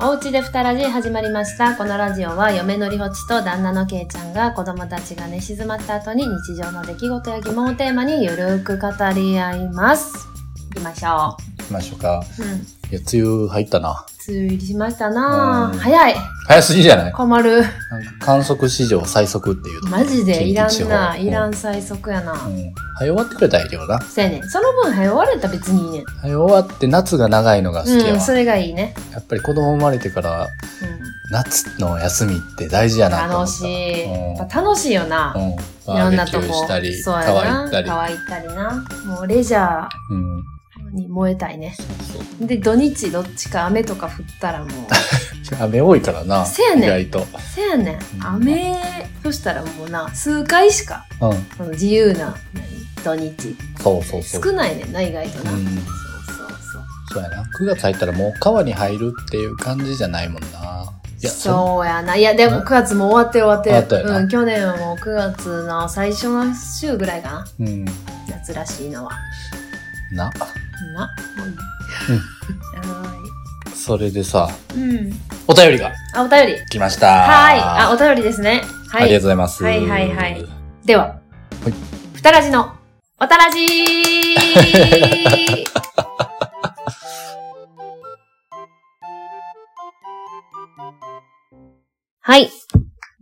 おうちでふたラジ始まりました。このラジオは嫁のりほちと旦那のけいちゃんが子供たちが寝静まった後に日常の出来事や疑問をテーマにゆるく語り合います。行きましょ行きましょうか。う。うん。梅いや、梅雨入ったな。雨入りしましたなぁうん早い早すぎじゃない困る。なんか観測史上最速っていうと。マジでいらんな近畿地方いらうん最速やな、ん。うん早終わってくれたらいいけどな。そうやねんその分早終われたら別にいいねん早終わって夏が長いのが好きやわ。うんそれがいいね、やっぱり子供生まれてからう夏の休みって大事やん、なと思楽った。しい、うんやっぱ楽しいよな、うん。いろバんーなベキとューこしたり、そう川やな行ったり。川行ったりなもうレジャーうん。に燃えたいねそうで土日どっちか雨とか降った らもう雨多いからな。せやねん意外と。せやねんうん雨そしたらもうな数回しかうん。この自由な何土日そうそうそう。少ないねんな意外とな、うんそうそうそうやな。9月入ったらもう川に入るっていう感じじゃないもんな。いや、そうやな。いや、でもうん9月も終わってる終わってる。終わったようなん、去年はもう9月の最初の週ぐらいかな。う。うん。夏らしいのは。な。な。 それでさ、うん。うん。お便りがあ、お便り。来ました。はい。あ、お便りですね。あはりがとうい。ございます。はいはいはいでは。はいふたらじの、おたらじ ーはい。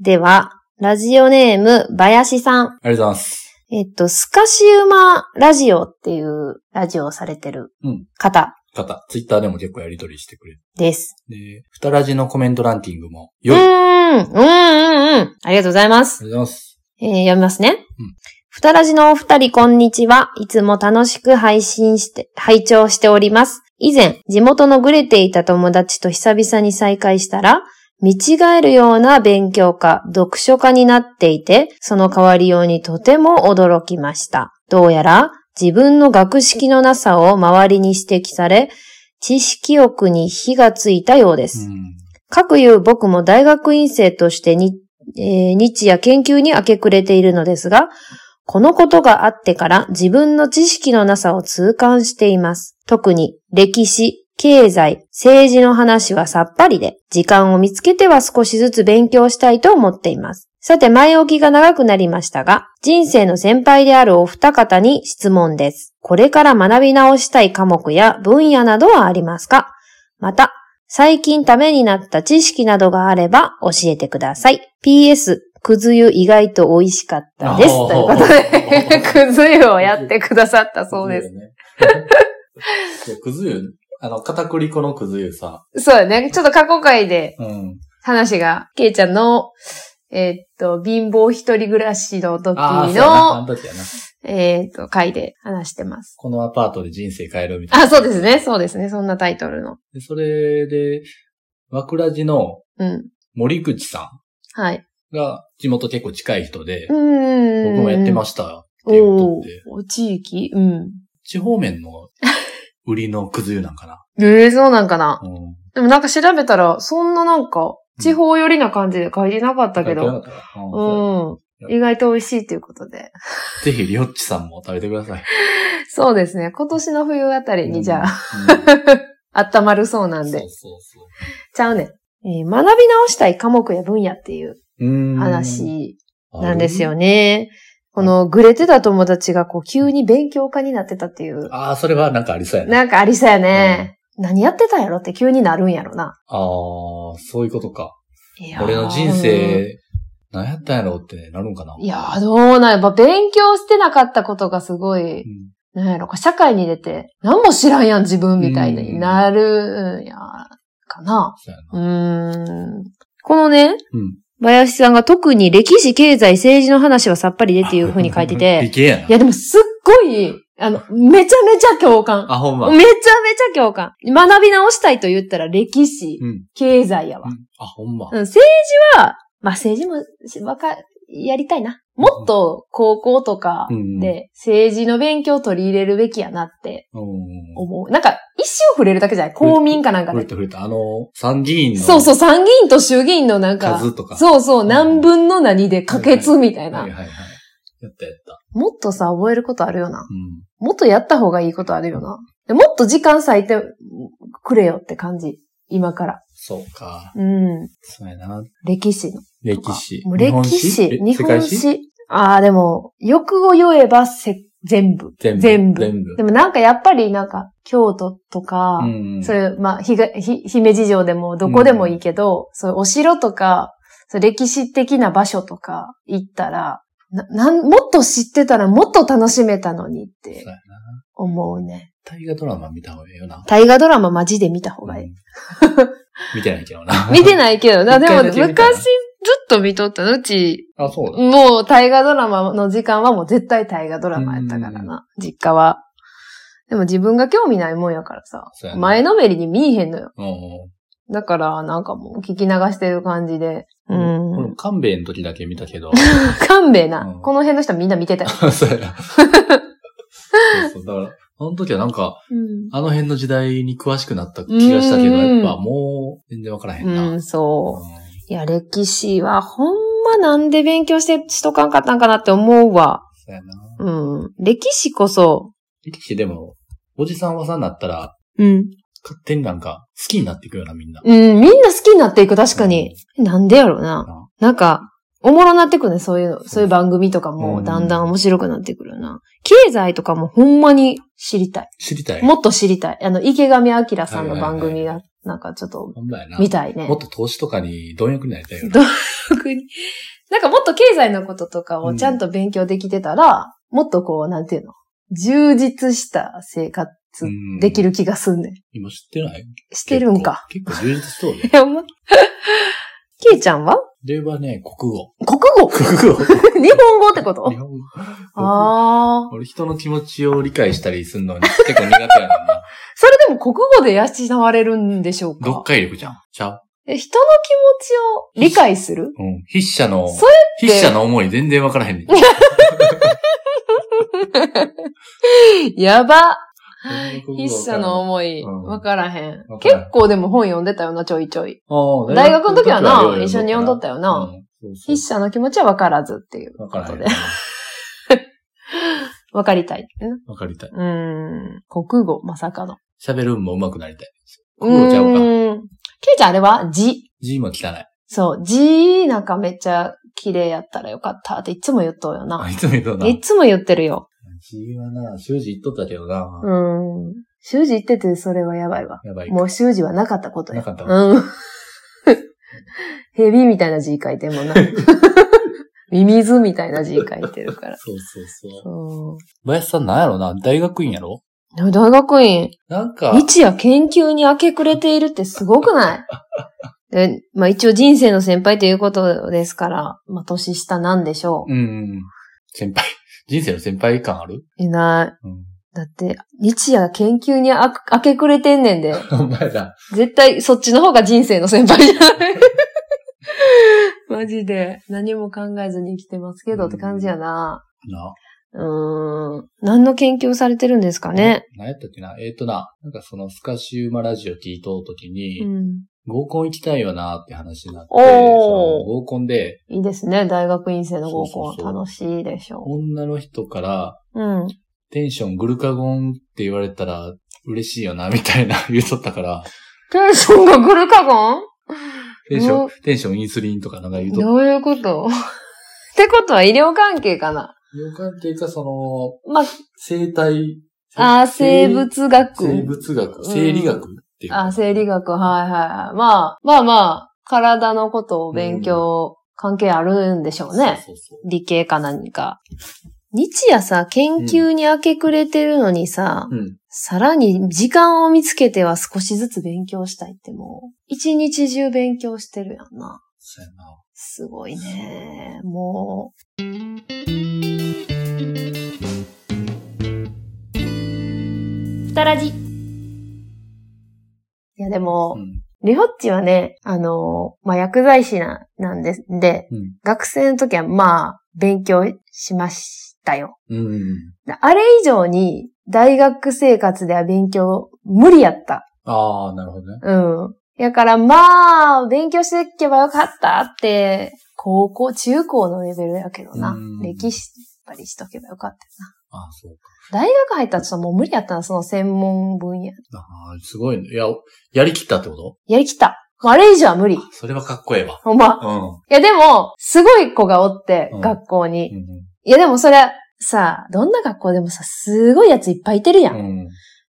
では、ラジオネーム、林さん。ありがとうございます。えっと、スカシウマラジオっていうラジオをされてるうん方方、ツイッターでも結構やりとりしてくれて。です。で、ふたらじのコメントランキングもう良ーい。あん、うーん、うん、うん。ありがとうございます。りがとうございます。えー読みますねうん。ふたらじのお二人、こんにちは。いつも楽しく配信して、拝聴しております。以前、地元のぐれていた友達と久々に再会したら、見違えるような勉強家、読書家になっていて、その変わりようにとても驚きました。どうやら、自分の学識のなさを周りに指摘され、知識欲に火がついたようです。うん。かくいう僕も大学院生としてに、えー日夜研究に明け暮れているのですが、このことがあってから自分の知識のなさを痛感しています。特に歴史、経済、政治の話はさっぱりで、時間を見つけては少しずつ勉強したいと思っています。さて前置きが長くなりましたが、人生の先輩であるお二方に質問です。これから学び直したい科目や分野などはありますかまた、最近ためになった知識などがあれば教えてください。PS、くず湯意外と美味しかったです。おーということで、 くず湯をやってくださったそうです。す。いや、くず湯、あの、片栗粉のくず湯さ。そうやね。ちょっと過去回でうん。話が、けいちゃんの、えーっと、貧乏一人暮らしの時ああ、そうやな。あの、の時やな。えーっと、回で話してます。このアパートで人生変えるみたいな。あ、そうですね。そうですね。そんなタイトルの。で。それで、枕地のうん。森口さはい。んが地元結構近い人でう、ーん。僕もやってまししたっていうことおーって、お地域うん。地方面 の売りのくず湯なんかな。ええそうなんかな。うん。でもなんか調べたら、そんななんか、地方寄りな感じで書いてなかったけ食ど。べてなかったうんうん。意外と美味しいということで。ぜひ、りょっちさんも食べてください。そうですね。今年の冬あたりにじゃあ、あ。温まるそう なんそうで。そうそちゃうねん。えー学び直したい科目や分野っていうううーん。話あるなんですよ。ね。この、ぐれてた友達がこう、急に勉強家になってたっていう。ああ、それはなんかありそうやな。なあんかありそうやね。何やってたんやろって急になるんやろな。あー、そういうことか。いやー俺の人。生、何やったんやろうってなるんかな。いやー、どうなんやっぱ勉強してなかったことがすごいなんやろか、社会に出て、何も知らんやん、自分みたいになるんや、かな。そうやなうーん。このね、うん林さんが特に歴史、経済、政治の話はさっぱりでっていう風に書いて理て、系やいな。やでもすっごい、あの、めちゃめちゃ共感。あ、ほんま。めちゃめちゃ共感。学び直したいと言ったら歴史、うん。経済やわ。あ、ほんまう。ん、政治は、まあ政治もし、わか、やりたいな。もっと高校とかうんで政治の勉強を取り入れるべきやなってうん。思う。なんか、一生触れるだけじゃない公民かなんか触れで。た触れた。あの、参議院のそうそう、参議院と衆議院のなんか、数とか。そうそう、うん何分の何で可決みたいはいな。はいはい。やったやった。もっとさ、覚えることあるよな。うん。もっとやった方がいいことあるよな。でもっと時間割いてくれよって感じ。今から。そうか。うん。そうやな。歴史の。歴史。もう歴史。え日世本界史史。ああ、でも、欲を言えばせ、全部。全部。全部全部で。もなんかやっぱりなんか、京都とか、うんそういう、まあ、ひが、ひ、姫路城でもどこでもいいけど、そういうお城とか、そういう歴史的な場所とか行ったら、な、なん、もっと知ってたらもっと楽しめたのにっそうてやな。思うね。大河ドラマ見た方がいいよな。大河ドラママジで見た方がいい。 うん見てないけどな。見てないけどな、一で回もだけ見たな昔ずっと見とったの、うち、あ、そうだ。もう大河ドラマの時間はもう絶対大河ドラマやったからな、実家は。でも自分が興味ないもんやからさそうや、な前のめりに見えへんのよ。うん。だから、なんかもう聞き流してる感じで。う俺ん。も勘弁の時だけ見た けど。勘弁な。うんこの辺の人みんな見てたよ。そうやな。そうそう。だから、あの時はなんか、うん。あの辺の時代に詳しくなった気がしたけど、うんやっぱもう全然わからへんな。ううんん、そう。いや、歴史はほんまなんで勉強してしとかんかったんかなって思うわ。そうやな。うん。歴史こそ。歴史でも、おじさんおばさんになったら、うん。勝手になんか好きになっていくよな、みんな。うん、みんな好きになっていく、確かに。なんでやろうな。ななんか、おもろなってくね、そういうの。そういう番組とかうも、んだんだん面白くなってくるよな。経済とかもほんまに知りたい。知りたい。もっと知りたい。あの、池上彰さんの番組はが、なんかちょっとほんまやな。みたいねも。っと投資とかに貪欲になりたいよどな。特に なんかもっと経済のこととかをちゃんと勉強できてたら、もっとこう、なんていうの、充実した生活うんできる気がすんねん。今知ってないしてるんか。。結構結構充実 しそうね。いや、ま、ケイちゃんはではね、国語。国語国語。 日本語ってこと日本語。ああ。俺人の気持ちを理解したりするのに結構苦手やねん な。それでも国語で養われるんでしょうか読解力じゃん。ちゃうえ人の気持ちを理解する うん。筆者の、そって筆者の思い全然わからへんねん。やば筆筆者の思い、うんわからへんわ。から結ん構でも本読んでたよな、ちょいちょい。ああ大学の時はな、一緒に読んどったよな。。ようや筆者の気持ちは分からずっていううんそうそうこわからとで。。分かりたへんいってな。わかりたい。うーん。国語、まさかの。喋るんも上手くなりたい。う国語ちゃうか。ーん。ケイちゃんあれは字。字も汚い。そう。字なんかめっちゃ綺麗やったらよかったっていつも言っとうよあ、な。いつも言うとな。いつも言ってるよ。字はな、習字言っとったけどな。うーん。習字言っててそれはやばいわ。やばい。もう習字はなかったことや。なかったわうん。 ヘビみたいな字書いてん もんな。 ミミズみたいな字書いてるから。そうそうそう。そ林さんなんやろな大学院やろう。でも大学院、なんか、日夜研究に明け暮れているってすごくない でまあ一応人生の先輩ということですから、まあ年下なんでしょう。うんうん。先輩。 人生の先輩感あるいなうい。ん。だって、日夜研究にあ明け暮れてんねんで、 お前だ。絶対そっちの方が人生の先輩じゃない。 マジで、何も考えずに生きてますけどって感じやな。な。うーん。何の研究をされてるんですかね。何やったっけなえっ、とな、なんかそのスカシウマラジオ聞いとうときに、うん。合コン行きたいよなって話になって、おーその合コンで、いいですね。大学院生の合コそうそうン。そう楽しいでしょ女の人から、う。うん。テンショングルカゴンって言われたら嬉しいよな、みたいな言うとったから、テンションがグルカゴンテンショうン、テンションインスリンとかなんか言うとった。どういうことってことは医療関係かな。予感っていうか、そまあ、の、生体、あー生物学。生物学、うん生理学っていうのかな。あ、生理学、はいはいはい。まあ、まあまあ、体のことを勉強、関係あるんでしょうね。そうそうそう。理系か何か。日夜さ、研究に明け暮れてるのにさ、うん。さらに時間を見つけては少しずつ勉強したいってもう、一日中勉強してるやんな。そうやな。すごいね。もう。ふたらじ。いやでもう、ん。リホッチはね、あのーまあ、薬剤師な、なんです。で、うん学生の時はまあ、勉強しましたよ。うんうんうん。あれ以上に、大学生活では勉強無理やった。ああ、なるほどね。うん。やからまあ、勉強していけばよかったって、高校、中高のレベルやけどなうん。歴史、やっぱりしとけばよかったよあ、そうか。大学入ったらちょっともう無理やったな、その専門分野。あーすごいね。いや、やりきったってこやりきった。もうあれ以上は無理と。それはかっこええわ。ほんま。うん。いやでも、すごい子がおって、うん学校に。うんいやでもそれ、さ、どんな学校でもさ、すごいやついっぱいいてるやん。うん。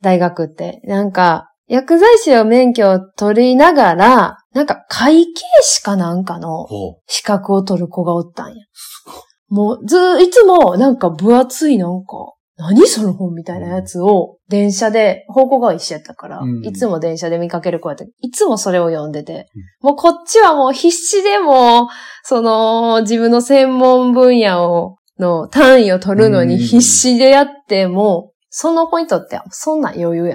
大学って。なんか、薬剤師を免許を取りながら、なんか会計士かなんかのほう。資格を取る子がおったんや。すごい。もうずー、いつもなんか分厚いなんか、何その本みたいなやつを、電車で、方向が一緒やったから、うんいつも電車で見かける子やったいつもそれを読んでて、もうこっちはもう必死でもう、その、自分の専門分野を、の単位を取るのにうん必死でやっても、その子にとってはそんな余裕や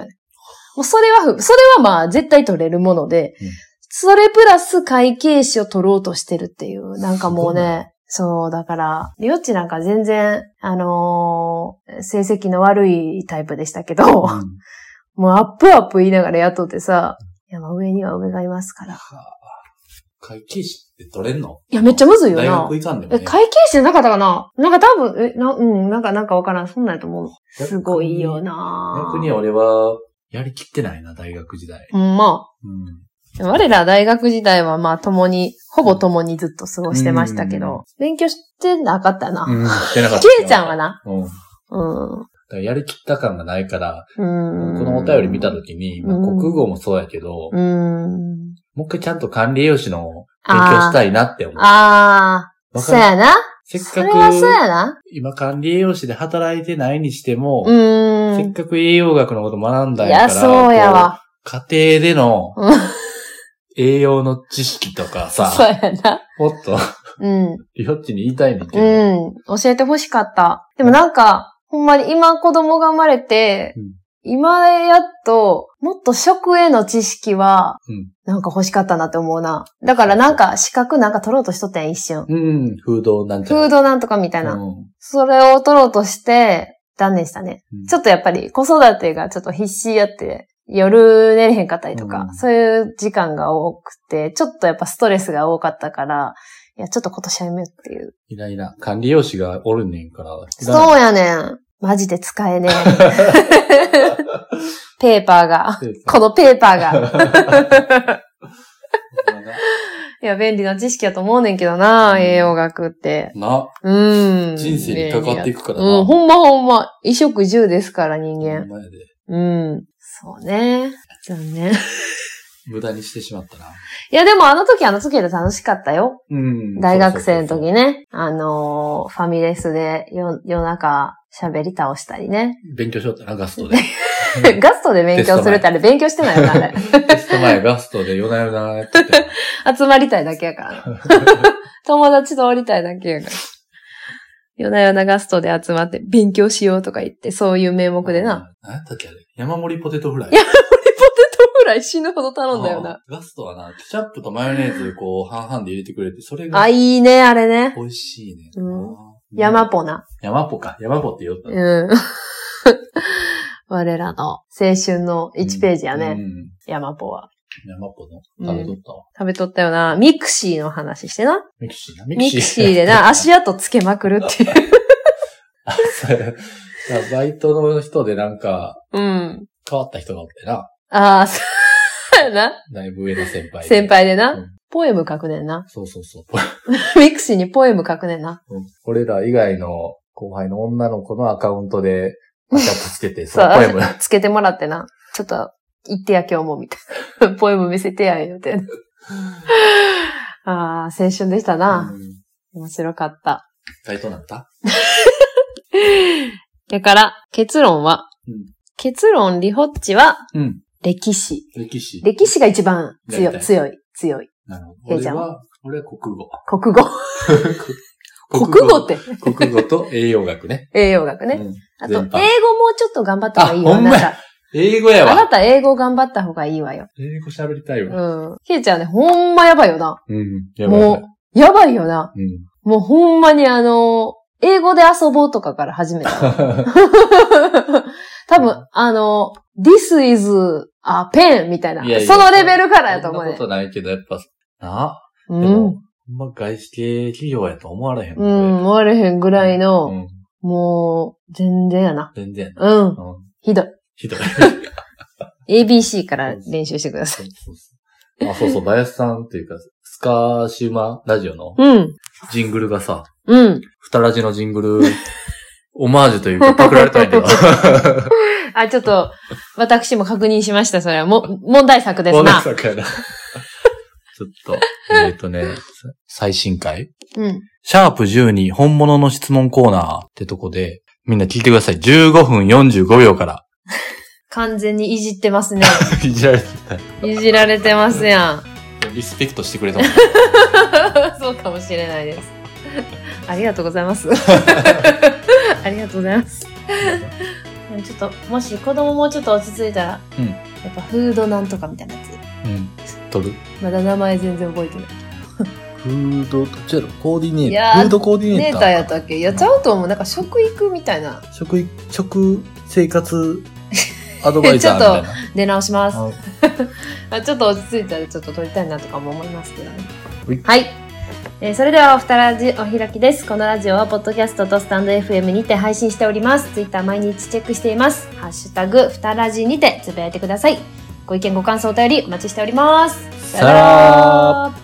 ねん。もうそれはふ、それはまあ絶対取れるもので、うんそれプラス会計士を取ろうとしてるっていう、なんかもうすごいなね、そう、だから、りょっちなんか全然、あのー成績の悪いタイプでしたけど、うんもうアップアップ言いながら雇ってさ、いや、まあ上には上がいますから。会計士って取れんのいや、めっちゃむずいよ大な学。行かんでもえ、ね。会計士じゃなかったかななんか多分、え、な、うん、なんか、なんかわからん。そんなんやと思う。すごいよな逆に俺は、やりきってないな、大学時代。うん、まあ。うん。我ら大学時代はまあ共に、ほぼ共にずっと過ごしてましたけうんど、勉強してなかったな。うん。やってなかった。ケイちゃんはな、うん。だかうん。うん。らやりきった感がないから、ここのお便り見たときに、まあうん国語もそうやけど、うん。もう一回ちゃんと管理栄養士の勉強しあたいなって思う。あー、わそうかやるな。せっそれはそうかく、やな。今管理栄養士で働いてないにしても、うせっん。かく栄養学のこと学んだんいやから、や、そうやわ。こう。家庭でのうん栄養の知識とかさ、そうやな。もっと、 うん。りょっちに言いたいねんけど、うん。教えてほしかった。でもなんか、ほんまに今子供が生まれて、うん今やっと、もっと食への知識はうん、なんか欲しかったなって思うな。だからなんか資格なんか取ろうとしとったやん、一瞬。うん、風土なんちゃフらードなんとかみたいな。うんそれを取ろうとして、断念したね。うんちょっとやっぱり子育てがちょっと必死やって、夜寝れへんかったりとか、うんそういう時間が多くて、ちょっとやっぱストレスが多かったから、いや、ちょっと今年はやめようっていう。いないな。管理用紙がおるねんから。そうやねん。マジで使えね え。ペーパーが。うこのペーパーが。 が。いや、便利な知識やと思うねんけどな、うん栄養学って。な、うん。人生にかかっていくからな。うん、ほんまほんま。衣食住ですから、人間。ほんまやでうん。そうね。残念。い無駄にしてしまったな。や、でもあの時あの時で楽しかったよ。うん大学生の時に。ね。あのーファミレスでよ夜中喋り倒したりね。 勉強しようってな、ガストで。ガストで勉強するってあれ勉強してないよな、あれ。テスト前ガストで夜な夜なやってて。集まりたいだけやから な。友達とおりたいだけやから。夜な夜なガストで集まって勉強しようとか言って、そういう名目でな。。何やったっけあれ山盛りポテトフライ。いやポテトフライ死ぬほど頼んだよな。うん。ガストはな、ケチャップとマヨネーズこう半々で入れてくれて、それあ、がいいね、あれね。美味しいね。うん山。ポな。山ポか。山ポって言おったな。うん。 我らの青春の1ページやうね、ん。山ポは。山ポの食べとったわ。食べとったよな。ミクシーの話してな。ミクシーな。ミクシーでな、足跡つけまくるって いう。あそれ バイトの人でなんか、うん。変わった人がおってな。ああ、そうやな。だいぶ上の先輩で。先輩でう。なんポエム書くねんな。そうそうそう。ミクシーにポエム書くねんな。うん俺ら以外の後輩の女の子のアカウントで、アカップつけて、そそうのポエム。つけてもらってな。ちょっと、言ってや今日も、みたいな。ポ エム見せてや、言うて。ああ、青春でしたな。うん面白かった。バイトになっただから、結論は、うん結論、リホッチは、うん。歴史。歴史。歴史が一番強やりい、たい強い、強い。なるほど。えいち俺ゃんは、俺は国語。国語。国語って、国語国語と栄養学ね。栄養学 ね。うんあと、英語全も般うちょっと頑張った方がいいよ。あほんまやあな英語やた、あなわ。た英語頑張った方がいいわよ。英語喋りたいうわ。ん。ケイちゃんね、ほんまやばいよな。うん。やばいやばい。もう、やばいよな。うん。もうほんまにあの、英語で遊ぼうとかから始 めた。多分、あの、this is a pen みたいな。いやいやそのレベルからやと思うそんなねこ。とないけど、やっぱ、なあ。うでんも。、ほんま外資系企業やと思われへんうもんね。ん、終われへんぐらいうの、ん。もう、全然やな。全然やうな。ん。うん。ひど ひどい。い。ABC から練習してください。そうそうそうあ、そうそう、林さんっていうか、スカシウマラジオのうん。ジングルがさ、うん。ふたらじのジングル、オマージュというか、パクられたんや けど。あ、ちょっと、私も確認しました。それは、も、問題作です大な。作やな。ちょっと、えっ、とね、最新回うん。シャープ12本物の質問コーナーってとこで、みんな聞いてください。15分45秒から。完全にいじってますね。いじられてた。いじられてますやん。リスペクトしてくれたもん。 そうかもしれない です。ありがとうございます。ありがとうございます。でもちょっと、もし子供もうちょっと落ち着いたら、うんやっぱフードなんとかみたいなやつ。うん。取るまだ名前全然覚えてない。フード、どっちやろコーディネいーやーター。フードコーディネネーーター。ターやったっけやっちゃうと思う。なんか食育みたいな。食い、食、生活、アドバイザーみたいな。出直します。ああちょっと落ち着いたらちょっと撮りたいなとかも思いますけどほいね。はい。えーそれでは、おふたラジお開きです。このラジオは、ポッドキャストとスタンド FM にて配信しております。ツイッター毎日チェックしています。ハッシュタグ、ふたラジにてつぶやいてください。ご意見、ご感想、お便りお待ちしております。さよならら